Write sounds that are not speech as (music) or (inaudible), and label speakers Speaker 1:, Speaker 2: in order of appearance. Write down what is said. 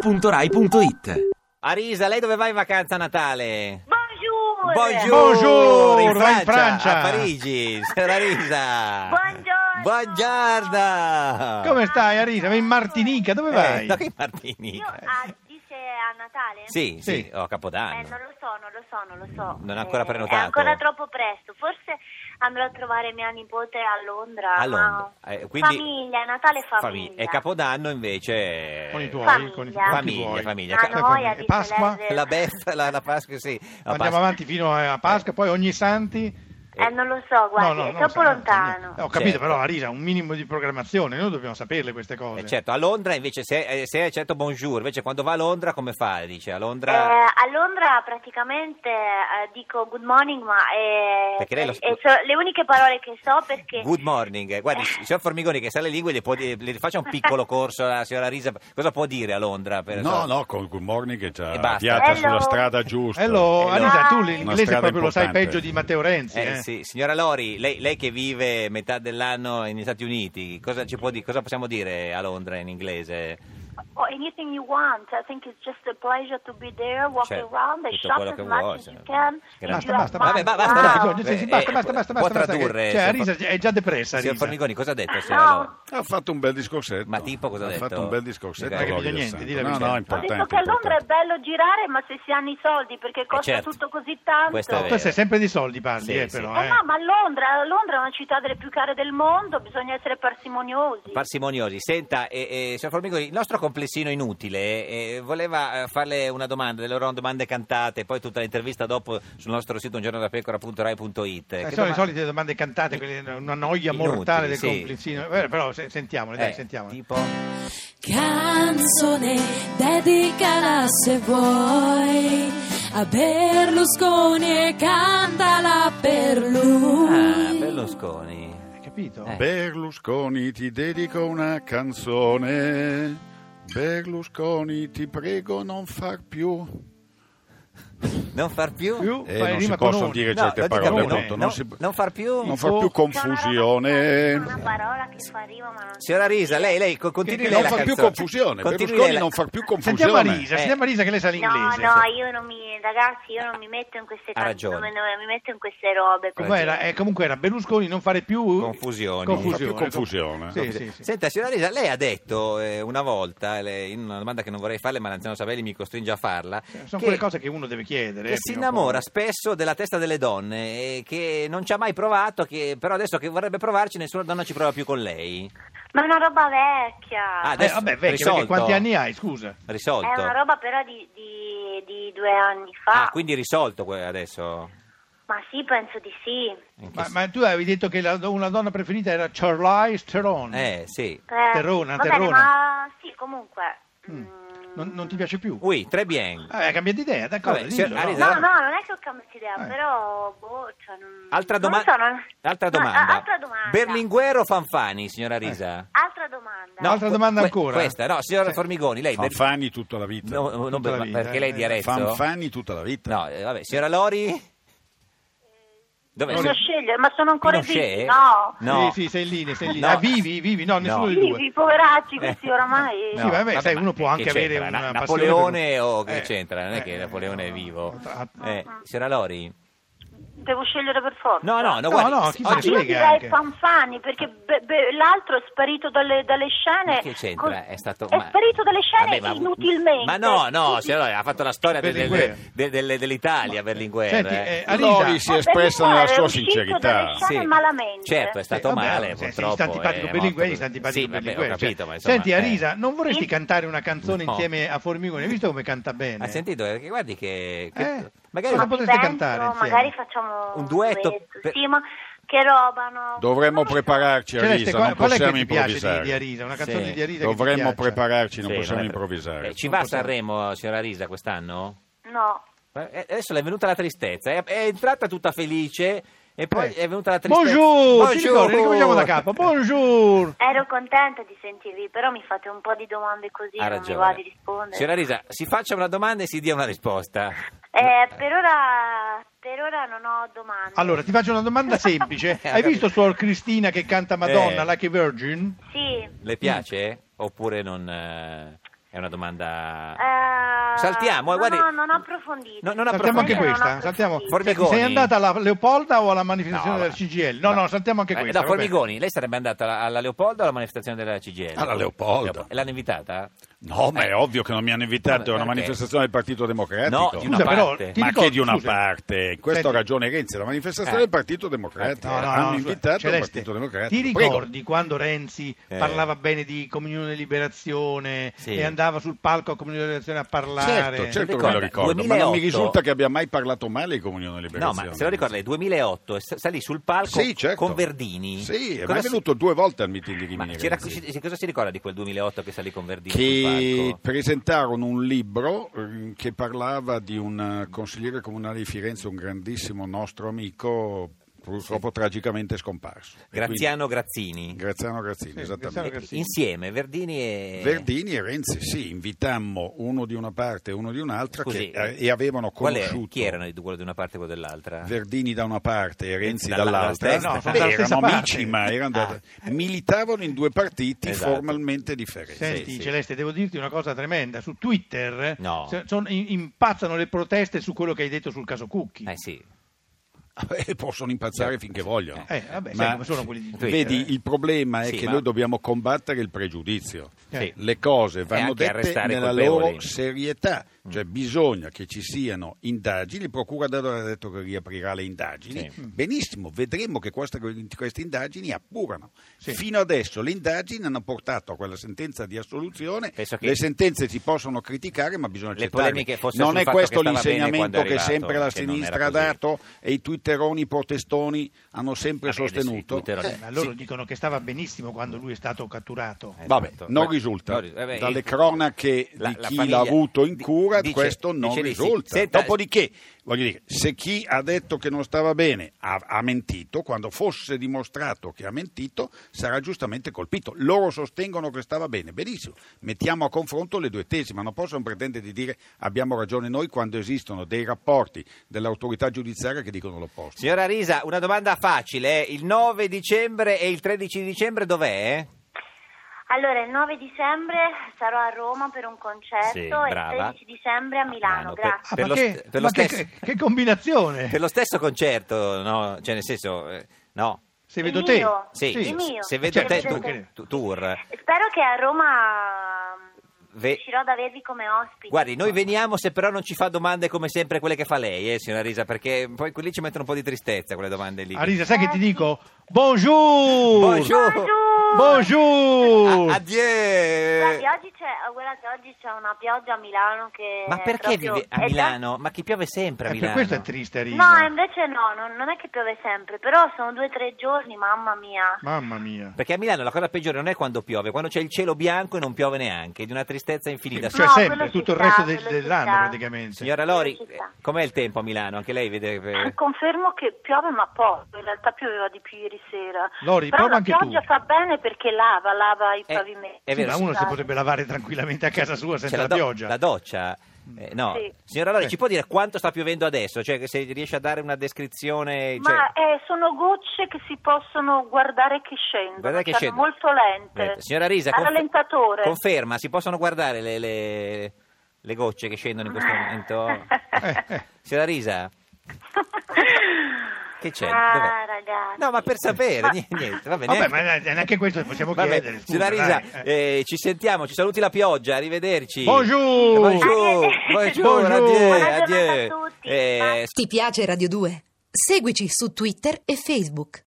Speaker 1: radio2pod.rai.it
Speaker 2: Arisa, lei dove va in vacanza a Natale?
Speaker 3: Bonjour!
Speaker 2: Buongiorno!
Speaker 4: Bonjour, va in Francia.
Speaker 2: A Parigi, signora Arisa!
Speaker 3: Buongiorno.
Speaker 2: Buongiorno!
Speaker 4: Come stai, Arisa? Vai in Martinica, dove
Speaker 2: Ah. Eh,
Speaker 4: vai?
Speaker 2: da che
Speaker 3: Io,
Speaker 2: Martinica?
Speaker 3: ah, dice a Natale?
Speaker 2: Sì, sì,
Speaker 4: Sì.
Speaker 2: ho Capodanno.
Speaker 3: Eh, non lo so, non lo so, non lo so.
Speaker 2: Non è ancora
Speaker 3: Eh,
Speaker 2: prenotato.
Speaker 3: È ancora troppo presto. Forse andrò a trovare mia nipote a Londra.
Speaker 2: A Londra.
Speaker 3: ma-
Speaker 2: Eh, quindi-
Speaker 3: Famiglia, Natale famiglia.
Speaker 2: E Capodanno invece...
Speaker 4: Con i tuoi,
Speaker 3: Famiglia.
Speaker 4: con i
Speaker 2: Famiglia,
Speaker 4: tuoi.
Speaker 2: famiglia.
Speaker 3: La
Speaker 2: Ca-
Speaker 3: noia,
Speaker 4: E
Speaker 3: dice
Speaker 4: ecco, Pasqua?
Speaker 3: Lese.
Speaker 2: La beffa, la, la Pasqua, sì. La
Speaker 4: Andiamo
Speaker 2: Pasqua.
Speaker 4: avanti fino a Pasqua, poi ogni Santi.
Speaker 3: Eh, non lo so, guardi, è
Speaker 4: non lo
Speaker 3: troppo
Speaker 4: so,
Speaker 3: lontano.
Speaker 4: eh, Ho capito,
Speaker 2: Certo.
Speaker 4: però, Arisa, un minimo di programmazione, noi dobbiamo saperle queste cose.
Speaker 2: Eh, certo, a Londra invece se, eh, se è certo bonjour, invece quando va a Londra come fa? Dice a Londra...
Speaker 3: Eh, a Londra praticamente eh, dico good morning, ma eh,
Speaker 2: Perché lei lo-
Speaker 3: eh, so- le uniche parole che so perché
Speaker 2: Good morning, Eh,
Speaker 3: (laughs)
Speaker 2: guardi, ci sono Formigoni che sa le lingue, le, può dire- le faccia un piccolo corso alla signora Risa, cosa può dire a Londra? Per
Speaker 5: No, no, con Good Morning che ci
Speaker 2: E
Speaker 5: ha
Speaker 2: basta.
Speaker 5: avviata
Speaker 3: Hello.
Speaker 5: sulla strada giusta.
Speaker 4: Hello,
Speaker 2: Eh,
Speaker 4: Arisa,
Speaker 3: no.
Speaker 4: tu
Speaker 3: Una
Speaker 4: l'inglese
Speaker 5: strada
Speaker 4: proprio lo sai
Speaker 5: importante.
Speaker 4: peggio di Matteo Renzi.
Speaker 2: Eh,
Speaker 4: eh.
Speaker 2: sì. Signora Lori, lei, lei che vive metà dell'anno negli Stati Uniti, cosa, ci può di- cosa possiamo dire a Londra in inglese?
Speaker 3: Or anything you want. I think it's just a pleasure to be there, walk
Speaker 2: Cioè,
Speaker 3: around, and
Speaker 2: tutto
Speaker 3: shop
Speaker 2: quello
Speaker 3: as
Speaker 2: che
Speaker 3: much
Speaker 2: vuoi,
Speaker 3: as
Speaker 2: cioè,
Speaker 3: you
Speaker 2: grazie.
Speaker 3: can. If you ah,
Speaker 4: Basta, basta,
Speaker 2: Vabbè,
Speaker 3: have
Speaker 4: basta.
Speaker 3: money,
Speaker 2: ba- basta,
Speaker 3: wow.
Speaker 2: dai.
Speaker 4: No, sì, sì,
Speaker 2: Eh,
Speaker 4: basta,
Speaker 2: eh,
Speaker 4: basta, basta,
Speaker 2: può
Speaker 4: basta, basta, che-
Speaker 2: tradurre,
Speaker 4: Cioè,
Speaker 2: signor
Speaker 4: Arisa
Speaker 2: Forni-
Speaker 4: è già depressa,
Speaker 2: Signor
Speaker 4: Arisa.
Speaker 2: Formigoni, cosa ha detto,
Speaker 3: Eh,
Speaker 2: signora
Speaker 3: no.
Speaker 2: Lori?
Speaker 5: Ha fatto un bel discorsetto.
Speaker 2: Ma tipo cosa ha detto?
Speaker 5: fatto un bel discorsetto.
Speaker 2: Non ha capito
Speaker 5: Lolli del
Speaker 4: niente,
Speaker 5: Santo.
Speaker 4: di la
Speaker 5: No,
Speaker 4: verità.
Speaker 5: no,
Speaker 4: Ho
Speaker 3: Ho
Speaker 5: importante.
Speaker 3: detto che a Londra è
Speaker 5: importante.
Speaker 3: bello girare, ma se si hanno i soldi, perché costa
Speaker 2: certo.
Speaker 3: tutto così tanto.
Speaker 2: Questo è
Speaker 4: Tu sei sempre di soldi parli,
Speaker 2: Sì,
Speaker 4: eh,
Speaker 2: sì.
Speaker 4: però.
Speaker 3: Eh
Speaker 4: eh.
Speaker 3: no, ma Londra, Londra è una città delle più care del mondo, bisogna essere parsimoniosi.
Speaker 2: Parsimoniosi, senta, eh, eh, signor Formigoni, il nostro complessino inutile eh, voleva eh, farle una domanda, delle loro domande cantate, poi tutta l'intervista dopo sul nostro sito ungiornodapecora.rai.it. Che
Speaker 4: Eh, sono
Speaker 2: doma-
Speaker 4: le solite domande cantate, quelle- eh, una noia
Speaker 2: Inutili,
Speaker 4: mortale del
Speaker 2: sì.
Speaker 4: complicino. Eh, però se- sentiamole, dai,
Speaker 2: Eh,
Speaker 4: sentiamole.
Speaker 2: Tipo...
Speaker 6: Canzone dedicala se vuoi a Berlusconi e cantala per lui.
Speaker 2: Ah, Berlusconi.
Speaker 4: Hai capito?
Speaker 2: Eh.
Speaker 5: Berlusconi, ti dedico una canzone. Berlusconi, ti prego non far più.
Speaker 2: Non far più?
Speaker 4: Più
Speaker 5: Eh,
Speaker 4: fai
Speaker 5: non si
Speaker 4: rima
Speaker 5: possono
Speaker 4: con
Speaker 5: dire
Speaker 2: No,
Speaker 5: certe
Speaker 2: non ti
Speaker 5: parole,
Speaker 2: capisco.
Speaker 5: appunto,
Speaker 2: No,
Speaker 5: Non, si-
Speaker 2: non far più?
Speaker 5: non far
Speaker 3: C'è una roba che
Speaker 5: più
Speaker 3: fa- Una
Speaker 5: confusione.
Speaker 3: parola che fa rima, ma non
Speaker 2: Signora Risa, lei, lei co- continui
Speaker 4: Che-
Speaker 2: lei
Speaker 5: Non
Speaker 2: la
Speaker 5: far più
Speaker 2: canzone.
Speaker 5: confusione.
Speaker 2: Continui lei
Speaker 5: Berlusconi
Speaker 2: la-
Speaker 5: non far più
Speaker 4: Sentiamo
Speaker 5: confusione.
Speaker 4: Arisa, sentiamo Arisa che lei sa
Speaker 3: No,
Speaker 4: l'inglese.
Speaker 3: no, io non mi, ragazzi, io non mi metto in queste
Speaker 2: Ha
Speaker 3: canzoni,
Speaker 2: ragione.
Speaker 3: non mi metto in queste robe. perché-
Speaker 4: Comunque era, eh, comunque era Berlusconi non fare più
Speaker 2: Confusioni.
Speaker 4: confusione.
Speaker 5: Non fa più confusione.
Speaker 4: Sì, sì, sì.
Speaker 2: Senta, signora Risa, lei ha detto eh, una volta, lei- in una domanda che non vorrei farle, ma l'anziano Savelli mi costringe a farla,
Speaker 4: Sono
Speaker 2: che,
Speaker 4: quelle cose che uno deve chiedere.
Speaker 2: che
Speaker 4: eh,
Speaker 2: si
Speaker 4: prima o
Speaker 2: innamora
Speaker 4: poi.
Speaker 2: spesso della testa delle donne, e che non ci ha mai provato, che, però adesso che vorrebbe provarci nessuna donna ci prova più con lei.
Speaker 3: Ma è una roba vecchia.
Speaker 2: Ah,
Speaker 4: Eh,
Speaker 2: adesso-
Speaker 4: vabbè, vecchio,
Speaker 2: risolto.
Speaker 4: perché quanti anni hai, scusa?
Speaker 2: Risolto.
Speaker 3: È una roba però di, di- di due anni fa.
Speaker 2: Ah, quindi risolto que- adesso.
Speaker 3: Ma sì, penso di sì. Eh,
Speaker 2: In che
Speaker 4: Ma,
Speaker 2: s-
Speaker 4: ma tu avevi detto che la, una donna preferita era Charlize Theron.
Speaker 2: Eh, sì.
Speaker 3: Eh,
Speaker 4: Terrona,
Speaker 3: va
Speaker 4: terrona.
Speaker 3: Bene, ma sì, comunque. mm,
Speaker 4: Non, non ti piace più?
Speaker 2: Oui, très bien.
Speaker 4: Ah, Hai cambiato idea, d'accordo.
Speaker 2: Vabbè, signor
Speaker 4: dillo, no?
Speaker 2: Arisa,
Speaker 3: No,
Speaker 2: Allora-
Speaker 3: no, non è che ho cambiato idea,
Speaker 4: Eh.
Speaker 3: però boh, cioè, non...
Speaker 2: Altra,
Speaker 3: non
Speaker 2: doma-
Speaker 3: so, non-
Speaker 2: altra
Speaker 3: no, a-
Speaker 2: domanda.
Speaker 3: altra domanda.
Speaker 2: Berlinguer o Fanfani, signora Risa?
Speaker 3: Altra domanda.
Speaker 4: No. Eh. Altra domanda ancora?
Speaker 2: Questa, no, signora
Speaker 4: Sì.
Speaker 2: Formigoni, lei... Eh, Ber-
Speaker 5: Fanfani tutta la vita.
Speaker 2: no, no, non
Speaker 4: Tutta la
Speaker 2: Ber-
Speaker 4: vita, eh,
Speaker 2: perché lei è di Arezzo?
Speaker 5: Fanfani tutta la vita.
Speaker 2: No, eh, vabbè, signora Lori? Dove
Speaker 3: Bisogna Eh, scegliere, ma sono ancora
Speaker 2: Pinochet?
Speaker 3: vivi? No.
Speaker 2: No.
Speaker 4: Sì, sì, sei in linea, sei in
Speaker 2: No.
Speaker 4: linea. Ah, vivi, vivi, no, nessuno dei due.
Speaker 3: Vivi, poveracci
Speaker 2: Eh.
Speaker 3: questi oramai.
Speaker 4: Sì, vabbè, sai,
Speaker 2: ma
Speaker 4: uno può
Speaker 2: che
Speaker 4: anche avere
Speaker 2: c'entra?
Speaker 4: una passione
Speaker 2: Napoleone
Speaker 4: per-
Speaker 2: o che
Speaker 4: Eh,
Speaker 2: c'entra? Non è
Speaker 4: eh,
Speaker 2: che Napoleone è
Speaker 4: no,
Speaker 2: vivo.
Speaker 4: no, no.
Speaker 2: Eh, signora Lori?
Speaker 3: Devo scegliere per forza.
Speaker 2: No, no, no,
Speaker 4: No,
Speaker 2: guardi,
Speaker 4: no, chi se ne
Speaker 2: oggi-
Speaker 3: Io
Speaker 4: frega
Speaker 3: direi
Speaker 4: anche.
Speaker 3: Fanfani perché be- be- l'altro è sparito dalle, dalle
Speaker 2: Ma
Speaker 3: scene.
Speaker 2: che c'entra?
Speaker 3: Col-
Speaker 2: È stato
Speaker 3: è
Speaker 2: ma-
Speaker 3: sparito dalle scene
Speaker 2: Vabbè, ma-
Speaker 3: inutilmente.
Speaker 2: Ma no, no, signora Lori, ha fatto la storia del-
Speaker 4: Berlinguer.
Speaker 2: del- del- dell'Italia Berlinguer.
Speaker 4: Senti,
Speaker 2: eh.
Speaker 4: eh,
Speaker 5: Lori
Speaker 4: Arisa,
Speaker 5: si è espressa
Speaker 3: Berlinguer
Speaker 5: nella
Speaker 3: è
Speaker 5: sua
Speaker 3: uscito dalle
Speaker 5: sincerità.
Speaker 3: scene- Sì. malamente.
Speaker 2: Certo, è stato
Speaker 4: Eh, vabbè,
Speaker 2: male,
Speaker 4: se- se
Speaker 2: purtroppo.
Speaker 4: gli sta antipatico
Speaker 2: eh,
Speaker 4: Berlinguer,
Speaker 2: morto.
Speaker 4: gli sta antipatico
Speaker 2: sì, vabbè,
Speaker 4: Berlinguer,
Speaker 2: ho
Speaker 4: cioè.
Speaker 2: capito, ma insomma,
Speaker 4: Senti,
Speaker 2: eh.
Speaker 4: Arisa, non vorresti
Speaker 5: Mm?
Speaker 3: Sì.
Speaker 4: cantare una canzone
Speaker 2: No.
Speaker 4: insieme a Formigone? Hai visto come canta bene?
Speaker 2: Ha sentito? Perché guardi che... che-
Speaker 4: Eh,
Speaker 2: magari
Speaker 4: cosa
Speaker 3: Ma
Speaker 2: un-
Speaker 4: potreste
Speaker 3: penso,
Speaker 4: cantare insieme?
Speaker 3: Magari facciamo
Speaker 2: Un duetto per-
Speaker 3: Sì, ma che roba, no? Non
Speaker 5: Dovremmo
Speaker 3: lo so.
Speaker 5: prepararci,
Speaker 4: Celeste,
Speaker 5: Arisa,
Speaker 4: Cioè, qual,
Speaker 5: non
Speaker 4: qual è che
Speaker 5: possiamo
Speaker 4: ti piace di, di
Speaker 5: improvvisare.
Speaker 4: Arisa? Una canzone
Speaker 2: Sì.
Speaker 4: di Arisa
Speaker 5: Dovremmo
Speaker 4: che ti piace?
Speaker 5: prepararci, non
Speaker 2: Sì,
Speaker 5: possiamo
Speaker 2: ma-
Speaker 5: improvvisare.
Speaker 2: Eh, ci va a
Speaker 4: possiamo.
Speaker 2: Sanremo, signora Risa, quest'anno?
Speaker 3: No.
Speaker 2: Eh, Adesso le è venuta la tristezza, è, è entrata tutta felice e poi
Speaker 4: Eh.
Speaker 2: è venuta la tristezza.
Speaker 4: Bonjour, ti
Speaker 2: Bonjour!
Speaker 4: ricordi, ricominciamo da capo. Bonjour.
Speaker 3: Ero contenta di sentirvi, però mi fate un po' di domande così,
Speaker 2: Ha
Speaker 3: non mi va
Speaker 2: ragione.
Speaker 3: di rispondere.
Speaker 2: Signora Risa, si faccia una domanda e si dia una risposta.
Speaker 3: Eh, per ora per ora non ho domande.
Speaker 4: Allora, ti faccio una
Speaker 2: (laughs)
Speaker 4: domanda semplice. Hai visto Suor Cristina che canta Madonna,
Speaker 2: Eh.
Speaker 4: Lucky Virgin?
Speaker 3: Sì.
Speaker 2: Le piace? Oppure non... eh, è È una domanda...
Speaker 3: Eh,
Speaker 2: Saltiamo, eh,
Speaker 3: no,
Speaker 2: guardi-
Speaker 3: no, non ho approfondito.
Speaker 2: No, non approfondite.
Speaker 4: Saltiamo anche
Speaker 3: Veramente non
Speaker 4: questa.
Speaker 3: ho
Speaker 4: Saltiamo.
Speaker 3: approfondito.
Speaker 2: Formigoni.
Speaker 4: Sei andata alla Leopolda o alla manifestazione
Speaker 2: No,
Speaker 4: del
Speaker 2: va.
Speaker 4: CGL? No,
Speaker 2: Va.
Speaker 4: no, saltiamo anche
Speaker 2: Eh,
Speaker 4: questa.
Speaker 2: no,
Speaker 4: va bene.
Speaker 2: Formigoni, lei sarebbe andata alla, alla Leopolda o alla manifestazione della CGL?
Speaker 5: Alla Leopolda.
Speaker 2: E l'hanno invitata?
Speaker 5: No, ma è ovvio che non mi hanno invitato a una
Speaker 2: Eh. Vabbè, perché?
Speaker 5: manifestazione del Partito
Speaker 2: No,
Speaker 5: Democratico.
Speaker 2: di una
Speaker 4: Scusa, però,
Speaker 2: parte.
Speaker 4: ti
Speaker 5: ma
Speaker 4: ricordo-
Speaker 5: che di una
Speaker 4: scusa.
Speaker 5: parte, in questo ha
Speaker 4: Senti. Eh,
Speaker 5: ragione Renzi, la manifestazione
Speaker 2: Eh.
Speaker 5: del Partito Democratico.
Speaker 4: No, no,
Speaker 5: Hanno
Speaker 4: no, cioè,
Speaker 5: invitato
Speaker 4: Celeste,
Speaker 5: il Partito Democratico.
Speaker 4: Ti
Speaker 5: Prego.
Speaker 4: ricordi quando Renzi
Speaker 2: Eh.
Speaker 4: parlava bene di Comunione e Liberazione
Speaker 2: Sì.
Speaker 4: e andava sul palco a Comunione e Liberazione a parlare?
Speaker 5: Certo, certo
Speaker 2: Lo
Speaker 5: che me
Speaker 2: ricorda.
Speaker 5: lo ricordo, ma non mi
Speaker 2: 2008.
Speaker 5: risulta che abbia mai parlato male di Comunione e
Speaker 2: No,
Speaker 5: Liberazione.
Speaker 2: ma se lo ricorda, nel 2008 s- salì sul palco
Speaker 5: Sì, certo.
Speaker 2: con Verdini.
Speaker 5: Sì, ma
Speaker 2: Cosa
Speaker 5: è
Speaker 2: si-
Speaker 5: venuto due volte al meeting di
Speaker 2: ma
Speaker 5: Rimini
Speaker 2: c'era-
Speaker 5: Renzi,
Speaker 2: si- cosa si ricorda di quel 2008 che salì con Verdini sul
Speaker 5: che
Speaker 2: palco?
Speaker 5: presentarono un libro eh, che parlava di un eh, consigliere comunale di Firenze, un grandissimo nostro amico, purtroppo tragicamente scomparso. E
Speaker 2: Graziano Grazzini. Eh,
Speaker 5: quindi- Graziano Grazzini,
Speaker 4: Sì,
Speaker 5: esattamente.
Speaker 4: Graziano Grazzini.
Speaker 2: Insieme, Verdini e...
Speaker 5: Verdini e Renzi, sì, invitammo uno di una parte e uno di un'altra
Speaker 2: Scusi,
Speaker 5: che, eh, e avevano
Speaker 2: qual è-
Speaker 5: conosciuto
Speaker 2: Chi erano i due, quello di una parte e quello dell'altra?
Speaker 5: Verdini da una parte e Renzi
Speaker 2: Dalla-
Speaker 5: dall'altra,
Speaker 2: dalla stessa. No, sono
Speaker 5: Beh,
Speaker 4: dalla stessa
Speaker 5: erano
Speaker 4: parte.
Speaker 5: amici, ma erano da- militavano in due partiti
Speaker 2: Esatto.
Speaker 5: formalmente differenti.
Speaker 4: Senti
Speaker 2: Sì, sì.
Speaker 4: Celeste, devo dirti una cosa tremenda. Su Twitter
Speaker 2: No.
Speaker 4: se- sono- i- impazzano le proteste su quello che hai detto sul caso Cucchi.
Speaker 2: Eh sì.
Speaker 5: (laughs) Eh, possono impazzare finché vogliono.
Speaker 4: Eh, vabbè, sai
Speaker 5: Ma-
Speaker 4: come sono quelli di Twitter,
Speaker 5: Vedi,
Speaker 4: eh.
Speaker 5: il problema è
Speaker 2: Sì,
Speaker 5: che
Speaker 2: ma-
Speaker 5: noi dobbiamo combattere il pregiudizio.
Speaker 2: Sì.
Speaker 5: Le cose
Speaker 2: E
Speaker 5: vanno
Speaker 2: anche
Speaker 5: dette
Speaker 2: arrestare i
Speaker 5: nella
Speaker 2: colpevoli. Mm.
Speaker 5: loro serietà, cioè bisogna che ci siano indagini. Il procuratore ha detto che riaprirà le indagini.
Speaker 2: Sì. Mm.
Speaker 5: Benissimo, vedremo che queste, queste indagini appurano.
Speaker 4: Sì.
Speaker 5: Fino adesso le indagini hanno portato a quella sentenza di assoluzione.
Speaker 2: Penso che-
Speaker 5: Le sentenze si possono criticare, ma bisogna
Speaker 2: Le
Speaker 5: accettare.
Speaker 2: polemiche fossero
Speaker 5: Non
Speaker 2: sul
Speaker 5: è
Speaker 2: fatto
Speaker 5: questo
Speaker 2: che stava bene quando
Speaker 5: l'insegnamento
Speaker 2: è
Speaker 5: che
Speaker 2: arrivato,
Speaker 5: sempre la
Speaker 2: che non era
Speaker 5: sinistra ha
Speaker 2: così.
Speaker 5: dato Certo, e i twitteroni protestoni hanno sempre
Speaker 2: Vabbè, adesso i
Speaker 5: sostenuto.
Speaker 2: twitteroni-
Speaker 5: Eh,
Speaker 4: Ma loro dicono che stava benissimo quando lui è stato catturato.
Speaker 2: Esatto.
Speaker 5: Vabbè, non
Speaker 2: Ma-
Speaker 5: risulta.
Speaker 2: non ris- vabbè,
Speaker 5: Dalle
Speaker 2: il-
Speaker 5: cronache
Speaker 2: la-
Speaker 5: di
Speaker 2: la
Speaker 5: chi
Speaker 2: famiglia
Speaker 5: l'ha avuto in
Speaker 2: di-
Speaker 5: cura,
Speaker 2: dice-
Speaker 5: questo non
Speaker 2: dice di sì.
Speaker 5: risulta.
Speaker 2: Senta-
Speaker 5: Dopodiché, voglio dire, se chi ha detto che non stava bene ha, ha mentito, quando fosse dimostrato che ha mentito, sarà giustamente colpito. Loro sostengono che stava bene, benissimo. Mettiamo a confronto le due tesi, ma non possono pretendere di dire abbiamo ragione noi quando esistono dei rapporti dell'autorità giudiziaria che dicono l'opposto.
Speaker 2: Signora Risa, una domanda facile. eh. Il 9 dicembre e il 13 dicembre dov'è?
Speaker 3: Allora, il 9 dicembre sarò a Roma per un concerto
Speaker 2: Sì,
Speaker 3: e il
Speaker 2: brava.
Speaker 3: 13 dicembre a
Speaker 2: Milano,
Speaker 3: Milano,
Speaker 2: per-
Speaker 3: grazie.
Speaker 4: Ah,
Speaker 2: Per
Speaker 4: ma
Speaker 2: lo
Speaker 4: che,
Speaker 2: st- per
Speaker 4: ma
Speaker 2: lo
Speaker 4: che-
Speaker 2: stesso-
Speaker 4: che combinazione!
Speaker 2: Per lo stesso concerto, no? Cioè, nel senso, eh, no?
Speaker 4: Se
Speaker 3: Il
Speaker 4: vedo te, Cioè,
Speaker 3: mio.
Speaker 2: Sì,
Speaker 3: Sì.
Speaker 2: se-
Speaker 3: Il mio.
Speaker 2: se vedo
Speaker 3: Certo,
Speaker 2: te,
Speaker 3: certo.
Speaker 2: tu- tu- tour.
Speaker 3: Spero che a Roma mm,
Speaker 2: Ve-
Speaker 3: riuscirò ad avervi come ospiti.
Speaker 2: Guardi, noi veniamo se però non ci fa domande come sempre quelle che fa lei, eh, signora Risa, perché poi quelli ci mettono un po' di tristezza quelle domande lì.
Speaker 4: Arisa, sai
Speaker 3: Eh,
Speaker 4: che ti dico? Bonjour!
Speaker 2: Bonjour!
Speaker 3: Buongiorno!
Speaker 4: Bonjour!
Speaker 2: Ah, adieu!
Speaker 3: Guardi, oggi c'è, guardate, oggi c'è una pioggia a Milano che...
Speaker 2: Ma
Speaker 3: è
Speaker 2: perché
Speaker 3: proprio-
Speaker 2: vive
Speaker 3: è
Speaker 2: a
Speaker 3: già-
Speaker 2: Milano? Ma chi piove sempre a
Speaker 4: Eh, per
Speaker 2: Milano?
Speaker 4: questo è triste, Arisa.
Speaker 3: No, eh, invece no, non, non è che piove sempre, però sono due o tre giorni, mamma mia.
Speaker 4: Mamma mia. Cioè,
Speaker 2: Perché a Milano la cosa peggiore non è quando piove, quando c'è il cielo bianco e non piove neanche, di una tristezza infinita.
Speaker 4: Cioè
Speaker 3: No,
Speaker 4: sempre,
Speaker 3: quello
Speaker 4: tutto
Speaker 3: ci
Speaker 4: il resto
Speaker 3: sta,
Speaker 4: del-
Speaker 3: quello ci
Speaker 4: dell'anno
Speaker 3: sta.
Speaker 4: praticamente.
Speaker 2: Signora Lori, eh,
Speaker 3: Sì, ci sta.
Speaker 2: com'è il tempo a Milano? Anche lei vede... eh, che-
Speaker 3: Confermo che piove ma poco, in realtà pioveva di più ieri sera.
Speaker 4: Lori,
Speaker 3: Però
Speaker 4: prova
Speaker 3: la
Speaker 4: anche tu.
Speaker 3: pioggia fa bene perché lava, lava i
Speaker 2: Eh,
Speaker 3: pavimenti.
Speaker 2: è
Speaker 4: Sì,
Speaker 2: vero,
Speaker 4: ma
Speaker 2: sì.
Speaker 4: uno si potrebbe lavare tranquillamente a casa sua senza
Speaker 2: C'è
Speaker 4: la,
Speaker 2: do-
Speaker 4: pioggia. Mm.
Speaker 2: La doccia. Eh, no,
Speaker 3: Sì.
Speaker 2: signora Lori,
Speaker 4: Eh.
Speaker 2: ci può dire quanto sta piovendo adesso? Cioè, se riesce a dare una descrizione... cioè-
Speaker 3: Ma eh, sono gocce che si possono guardare che scendono,
Speaker 2: Guarda che
Speaker 3: cioè,
Speaker 2: scende.
Speaker 3: molto
Speaker 2: Eh,
Speaker 3: lente.
Speaker 2: signora Risa,
Speaker 3: a rallentatore.
Speaker 2: conferma, si possono guardare le, le- le gocce che scendono in questo
Speaker 3: (laughs)
Speaker 2: momento? (laughs)
Speaker 4: Eh, eh.
Speaker 2: signora Risa, che c'è?
Speaker 3: Ah,
Speaker 2: Cioè, Dov'è?
Speaker 3: ragazzi.
Speaker 2: No, ma per sapere,
Speaker 3: Ma-
Speaker 2: niente, niente, va bene.
Speaker 4: Vabbè, ma eh, neanche questo possiamo
Speaker 2: Vabbè,
Speaker 4: chiedere. scusa,
Speaker 2: signora Risa,
Speaker 4: dai, eh.
Speaker 2: eh, ci sentiamo, ci saluti la pioggia, arrivederci.
Speaker 4: Bonjour!
Speaker 2: Bonjour,
Speaker 3: Arrivederci.
Speaker 2: bonjour, adieu,
Speaker 3: Buona giornata a
Speaker 2: adieu.
Speaker 3: tutti.
Speaker 2: Eh,
Speaker 6: Ti piace Radio 2? Seguici su Twitter e Facebook.